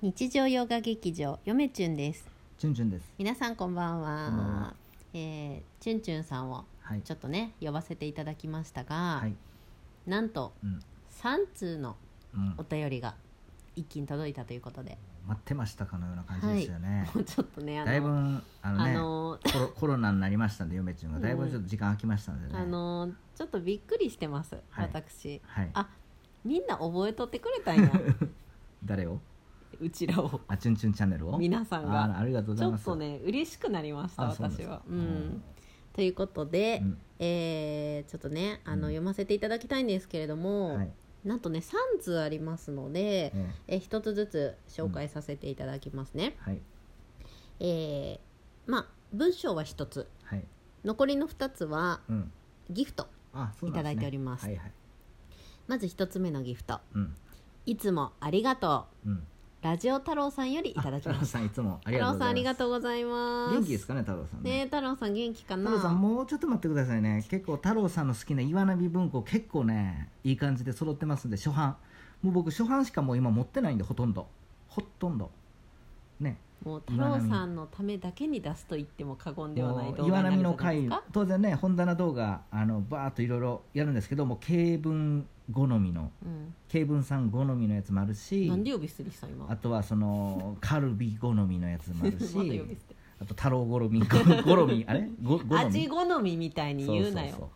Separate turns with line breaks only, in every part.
日常洋画劇場よめちゅんです
チュンチュンです。
皆さんこんばんは、
こんばんは
えーちゅんちゅんさんを
はい。
ちょっとね呼ばせていただきましたが、
はい。
なんと
うん。
3通の
うん
お。便りが一気に届いたということで
待ってましたかのような感じですよね。
もうちょっとねあの
だいぶあの
あ
ね、
の
コロコロナになりましたんで嫁ちゃんがだいぶちょっと時間空きましたんでね。
あのちょっとびっくりしてます、
はい
私
はい。
あみんな覚えとってくれ たんや
誰を？
うちらを
あチュンチュンチャンネルを？
皆さんが
あありがとうご
ち
ざい
ょ
ま
っ
す。
と。ね嬉しくなりました
あそうなんで
私
すか
は、う
うん
ん、ということで、
うん。
えーちょっとねあの、
うん
読ませていただきたいんですけれども、
はい。
なんとね3通ありますので、
え
え1つずつ紹介させていただきますね、
ーはい
えーまあ文章は1つ
はい。
残りの2つは
うん。
ギフト
あ、そうなんですね。
いただいております
はいはい。
まず1つ目のギフト
うん
「いつもありがと
うん。
う」ラジオ太郎さんよりいただき
あ太
ま
郎
した
さんいつもあり
太郎さん
がとうござ
あり
いま
が
す。
とうございます
元気ですかね太郎さん
ねえ
ね。
太郎さん元気かな
太郎さんもうちょっと待ってくださいね結構太郎さんの好きな岩波文庫結構ねいい感じで揃ってますんで初版もう僕初版しかもう今持ってないんでほとんどほとんどね
もう太郎さんのためだけに出すと言っても過言ではない
もう
動画
岩
になる
波
じゃ
の
ないで
回
すか
当然ね本棚動画あのバーっといろいろやるんですけども軽文好みの
うん、
軽文さん好みのやつもあるし
なんで呼び捨てにした今
あとはそ のカルビ好みのやつもある し
また呼び捨て
あと太郎好み 好みあれご好み
味好みみたいに言うなよ
そうそうそ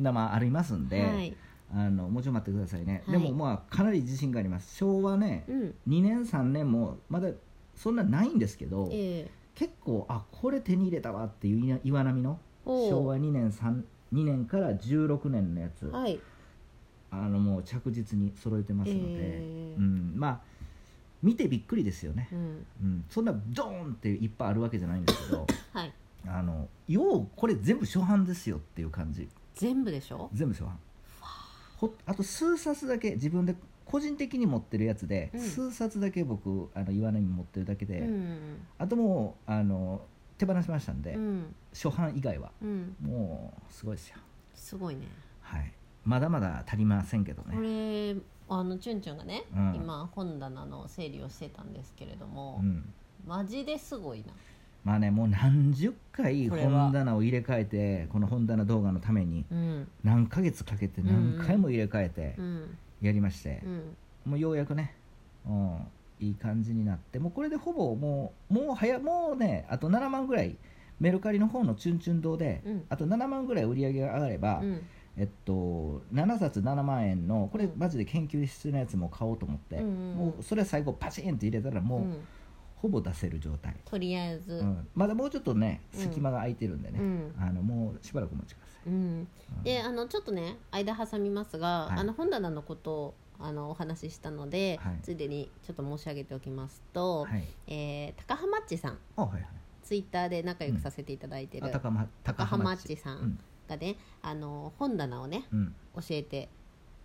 うなまあありますんで、
はい、
あのもうちょっと待ってくださいね、
はい
でもまあかなり自信があります昭和ね
うん
2年3年もまだそんなないんですけど、
ええ
結構あこれ手に入れたわっていういな岩波の
おう
昭和2年3 2年から16年のやつ、
はい
あのもう着実に揃えてますので、
ええ
うん、まあ見てびっくりですよね
う、ん
うん、そんなドーンっていっぱいあるわけじゃないんですけど
はい
あのようこれ全部初版ですよっていう感じ
全部でしょ
全部ですよほあと数冊だけ自分で個人的に持ってるやつで、
うん
数冊だけ僕あの岩波持ってるだけで、
うん
あともうあの手放しましたんで、
うん
初版以外は
うん
もうすごいですよ
すごいね
はいまだまだ足りませんけど
こ
ね
れあのチュンチュンがね、
うん
今本棚の整理をしてたんですけれども、
うん
マジですごいな
まあねもう何十回
これは
本棚を入れ替えてこの本棚動画のために
うん
何ヶ月かけて何回も入れ替えて
うん
やりまして、
うん
もうようやくね、うん、いい感じになってもうこれでほぼもうもう早もうねあと7万ぐらいメルカリの方のチュンチュン堂で、
うん
あと7万ぐらい売り上げが上がれば、
うん
えっと、7冊7万円のこれ
うん
マジで研究室のやつも買おうと思って、
うんうんうん
もうそれ最後パチンって入れたらも
う
う、
ん
ほぼ出せる状態、
とりあえず、
うんまだもうちょっとね
うん
隙間が空いてるんでね、
うん
あのもうしばらくお待ちください
うん、
うん
であのちょっとね間挟みますが、
はい
あの本棚のことをあのお話ししたので、
はい
ついでにちょっと申し上げておきますと、
はい
えー高浜っちさん
あはいはい
ツイッターで仲良くさせていただいてる、
あ高浜
高浜っ
地
ちさ
うん
んがね、あの本棚をね
うん
教えて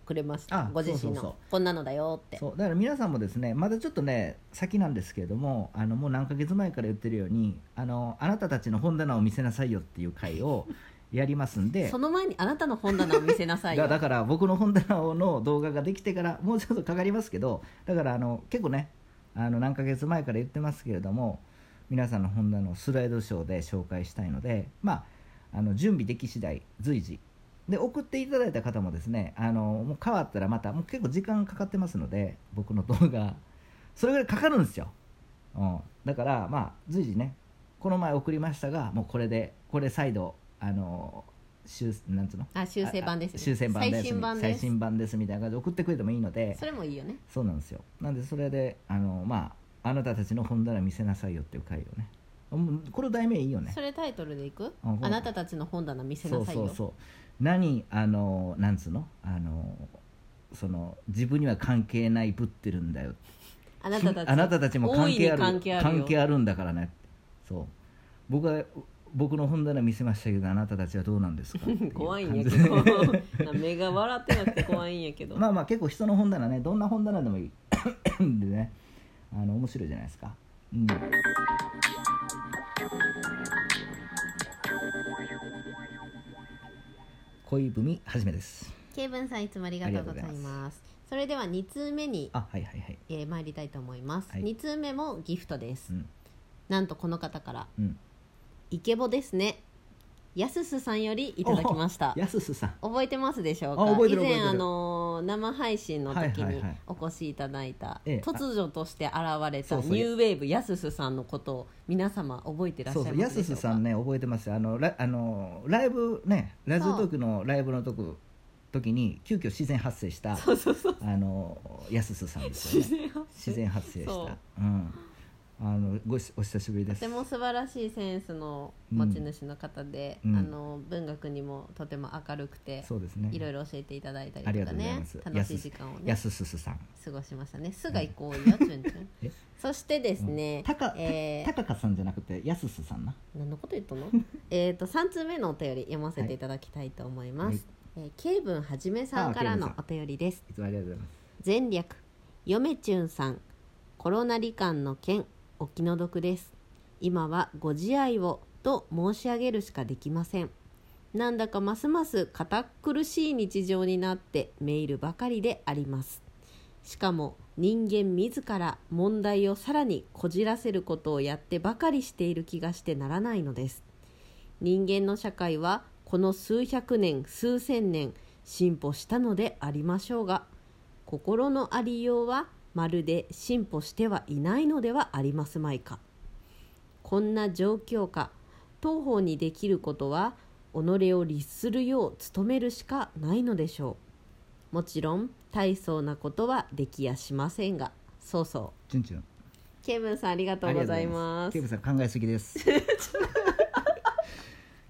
くれました
あ
ご自身の
そうそうそう
こんなのだよって
そうだから皆さんもですねまだちょっとね先なんですけれどもあのもう何ヶ月前から言ってるようにあのあなたたちの本棚を見せなさいよっていう回をやります んで
その前にあなたの本棚を見せなさいよ
だだから僕の本棚の動画ができてからもうちょっとかかりますけどだからあの結構ねあの何ヶ月前から言ってますけれども皆さんの本棚をスライドショーで紹介したいのでまああの準備でき次第随時で送っていただいた方もですねあのもう変わったらまたもう結構時間かかってますので僕の動画それぐらいかかるんですよ、うん、だからまあ随時ねこの前送りましたがもうこれでこれ再度あの修なんつうの
あ修正版です、ね、
ああ修正版です
最新版です
最新版ですみたいな感じで送ってくれてもいいので
それもいいよね
そうなんですよなんでそれであのまああなたたちの本棚見せなさいよっていう回をねもうこれ題名いいよね
それタイトルでいく
あほん
あなたたちの本棚見せなさいよ
そうそうそう何あのなんつうのあのその自分には関係ないぶってるんだよ
あなたたち
あなたたちも関係ある
大いに関係あるよ
んだからねそう僕は僕の本棚見せましたけどあなたたちはどうなんですかってう
怖いん
感
や
じ
け
で
どな目が笑ってなくて怖いんやけど、
まあまあ結構人の本棚ねどんな本棚でもいいでねあの面白いじゃないですか、うん、恋文はじめです
ケイブンさんいつもありがとうござい
ありがとうござい
ま
ます
それでは2通目に、
あはいはいはい
えー参りたいと思います、
はい
2通目もギフトです、
うん
なんとこの方から
うん
イケボですねやすすさんよりいただきました
やすすさん
覚えてますでしょうか
あ覚え
以
てる覚
前
えてる
あのー生配信の時
はい
に
はいはい
お越しいただいた、
ええ
突如として現れた
そうそう
ニューウェーブやすすさんのことを皆様覚えてらっしゃ
そ
いうま
そ
す
う
ですしょ
やす
うか
さんね覚えてますよあのラあのライブねラジオトークのライブのとこ時に急遽自然発生した
そうそうそう
あのやすすさんですよ
自
ね
然発生
自然発生した
そう
う、ん、あのごしお久しぶりで
と
す
ても素晴らしいセンスの持ち主の方で、
うんうん
あの文学にもとても明るくて、
そうですね
いろいろ教えていただいた
あ
り
り
とか
がとうござい
ね
ます
楽しい時間をね
やすすすさん
過ごしましたねすが行こうよチュンチュン
え
そしてですね、
たか、
えー
たたかかさんじゃなくてやすすさんな
何のこと言った のえっと3通目のお便り読ませていただきたいと思います、えー、ケイブンはじめさんからの
あ
お便りです
いつもありがとうございます
前略ヨメチュンさんコロナ罹患の件お気の毒です今はご自愛をと申し上げるしかできませんなんだかますます堅苦しい日常になってメールばかりでありますしかも人間自ら問題をさらにこじらせることをやってばかりしている気がしてならないのです人間の社会はこの数百年数千年進歩したのでありましょうが心のありようはまるで進歩してはいないのではありますまいかこんな状況下当方にできることは己を律するよう努めるしかないのでしょうもちろん大層なことはできやしませんがそうそ
チュンチュン
うケイブンさんありがとうございます
ケイ
ケイ
ブさん考えすぎです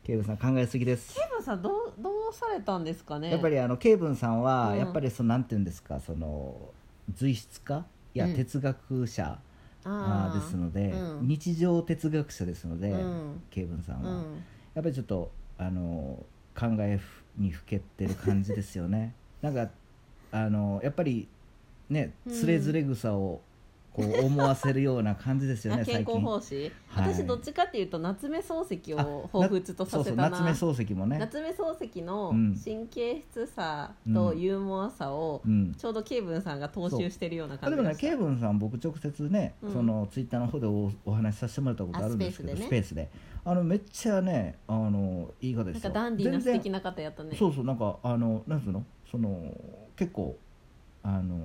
ケイブさん考えすぎです
ブンさんどうどうされたんですかね
やっぱりあのケイブンさんは
うん
やっぱりそのなんて言うんですかその随筆家いや
うん
哲学者あ
あ
ーですので
うん
日常哲学者ですの
う
で
ん
ケイブンさん
う
は
ん
やっぱりちょっとあの考えにふけってる感じです よねなんかあのやっぱりね
うん
つれづれ草をこう思わせるような感じですよ
あ
ね
健
最
康
近
奉仕、
はい
私どっちかっていうと夏目漱石を彷彿とさせた
あ
な
なそうそう夏目漱石もね
夏目漱石の
うん
神経質さとユーモアさを
うん
ちょうどケイブンさんが踏襲してるような
あ
感
で
じ
も
が
ね
し
ケイ
た
ブンさん僕直接ね、
うん
そのツイッターの方でおお話しさせてもらったことあるんですけど
あ
スペ,、
スペ
ースであのめっちゃねあのいい方で
なん
す
か
よ
ダンディーな素敵
な、
な方やったね
そうそうなんかあのなんつうのその結構あの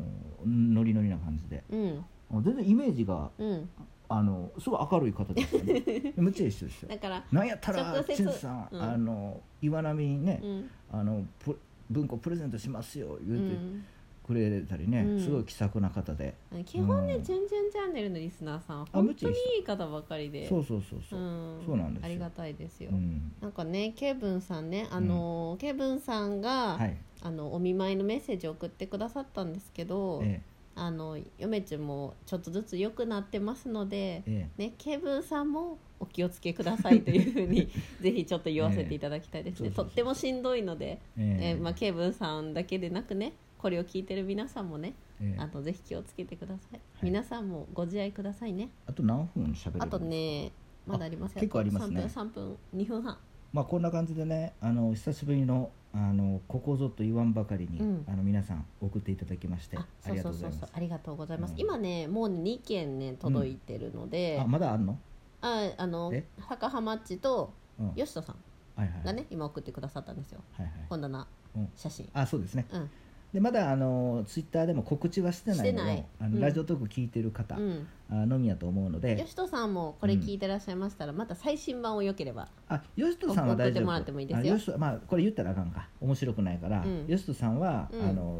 ノリノリな感じで
うん
あ全然イメージが
うん
あのすごい明るい方です よねめっちゃ一緒ですよ
だから
なんやったら
直接
チンさん、
うん
あの岩波にね
う、ん
あのプ文庫プレゼントしますよ
う
言うて、
ん
くれたりね、
うん
すごい気さくな方で
基本ね
う
「
ん
チュンチュンチャンネル」のリスナーさんは
あむ
本
っち
当
ゃい
に
い人
いい方ばかりで
そうそうそうそう、
ん
そうなんですよ
ありがたいですよ
うん
なんかねケイブンさんねあのーケイブンさんが
はい、
あのお見舞いのメッセージを送ってくださったんですけど
え
あの嫁ちゅんもちょっとずつ良くなってますので
え、え
ね、ケイブンさんもお気をつけくださいというふう にぜひちょっと言わせていただきたいですね、
ええそうそうそう
とってもしんどいので、
ええ
えーまあ、ケイブンさんだけでなくねこれを聞いてる皆さんもね
ええ
あ
あ
のぜひ気をつけてください、皆さんもご自愛くださいね
と何分喋れる
あとねまだありますよ
あ結構ありますね
3分3分2分半
まあこんな感じでねあの久しぶりのあのここぞと言わんばかりに、
うん
あの皆さん送っていただきましてあ
あそ
り
う
が
そ
と
う
うござ
そ
いう
そ
ます
うありがとうございます、
うん
今ねもう2件ね届いてるので、
あまだあんの、
ああの
え
坂ハマッチと
うん、はい
吉田さん
はい
がね今送ってくださったんですよ
はいはい
本棚
うん
写真
あそうですね
うん
でまだあのツイッターでも告知はしてないの
してない
であの、
うん
ラジオトーク聞いてる方、
うん
あのみやと思うので
吉戸さんもこれ聞いてらっしゃいましたら、また最新版をよければ
あ、ヨシトさんは
送
大丈夫。
ってもらってもいいですよ
あヨシトまあこれ言ったらあかんか。面白くないから、
うん
ヨシトさんは、
うん
あの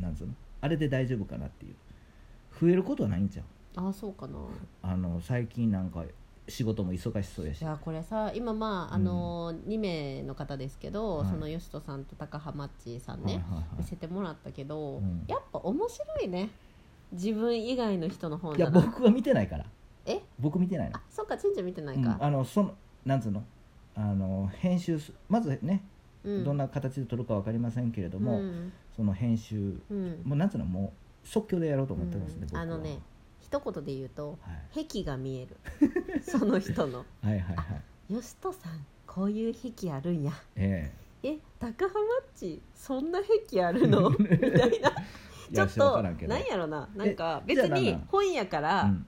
なんつうの、あれで大丈夫かなっていう。増えることはないんじゃん。
ああそうかな
あの最近なんか仕事も忙しそうやし。
じゃあこれさ今まああのー、2名の方ですけど、
はい
その吉戸さんと高浜マッチさんね、
はいはいはい
見せてもらったけど、
うん
やっぱ面白いね自分以外の人の本
いや
棚
僕は見てないから。
え
僕見てないの
あ。そっかチュンチュン見てない
うん
か、
あのそのなんつうの、あの編集すまずね、
うん
どんな形で撮るかわかりませんけれども、
うん
その編集
うん
もうなんつうのもう即興でやろうと思ってますね。
うん
僕は
あのね。一言で言うと
はい
癖が見 えるその人の
はいはいはい。
吉戸さんこういう癖あるんや
ええ
え高浜っちそんな癖ある のみたいなちょっとなんやろななんか
えじゃ
別
あなん
に
なん
本やか
う
ら
ん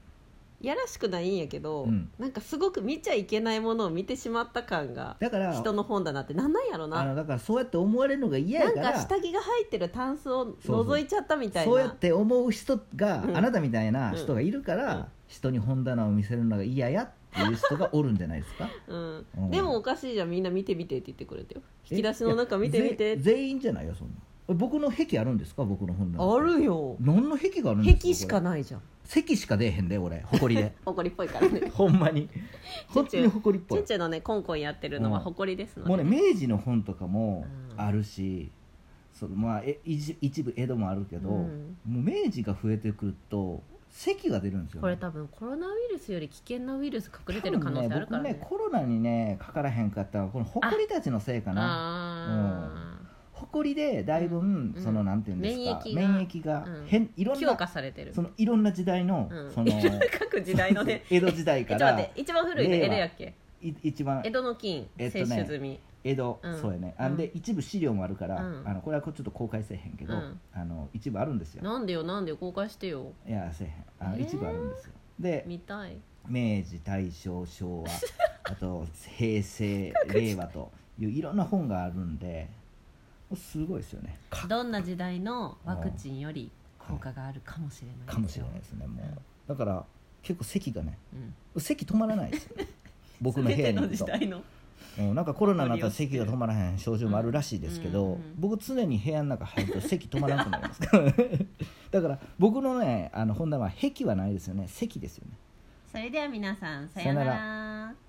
やらしくないんやけど、
うん
なんかすごく見ちゃいけないものを見てしまった感が
だから
人の本だなってなんなんやろ
あ
な
のだからそうやって思われるのが嫌
な
や
ん
か
から下着が入ってるタンスを
そうそう
覗いちゃったみたい
そうや
な
って思う人が、
うん
あなたみたいな人がいるから、
うん
人に本棚を見せるのが嫌やっていう人がおるんじゃないですか
うん
うん
でもおかしいじゃんみんな見てみてって言ってくれてよ
え
引き出しの中見てみ
いや
て
ぜ全員じゃないよそんな僕の癖あるんですか僕の本棚
あるよ
何の癖があるんですか
壁しか
こ
ないじゃん
れ席しか出えへん で俺誇りで
埃っぽいからね
ほんま
ち
に
ゅ
本当に誇りっぽ
ち
い
んちゅのねコンコンやってるのは
うん
埃ですので、
もうね明治の本とかも
うん
あるし、そのまあえ一一部江戸もあるけど、
うん
もう明治が増えてくると咳が出るんですよ、ね、
これ多分コロナウイルスより危険なウイルス隠れてる可能性あるからね
多分ね僕ねコロナにねかからへんかったのはこの埃たちのせいかな
あ
埃でだいぶん、
うん
そのなんていうんですか
免疫が
免疫が
うん
変、い
あ
ろん
強
な
化されてる
そのいろんな時代の、
うん
その
各 時代のね
江戸時代
えちょ
か
っと 待
ら
って一番古いの江戸やっけ
い一番
江戸の金
えっ
接
とね
種済み
江戸、
うん
そうやねあんで、
う
一部資料もあるから、
うん
あのこれはこうちょっと公開せえへんけど、
うん
あの一部あるんですよ
なんでよなんでよ公開してよ
いやせえへんあの、
えー
一部あるんですよで
見たい
明治大正昭 和あと平成令和といういろんな本があるんですごいですよね
どんな時代のワクチンより効果があるかもしれないですよ
かもしれないですねも
うん
うだから結構席がね
うん
席止まらないですよ ね僕の部
全
屋
て
にい
の
る
時
と、
代の
うん、なんかコロナになったら席が止まらへん症状もあるらしいですけど、
うんうん
僕常に部屋の中入ると席止まらなくなりますから だから僕のねあの本棚は壁はないですよね席ですよね
それでは皆さん
さよなら
ら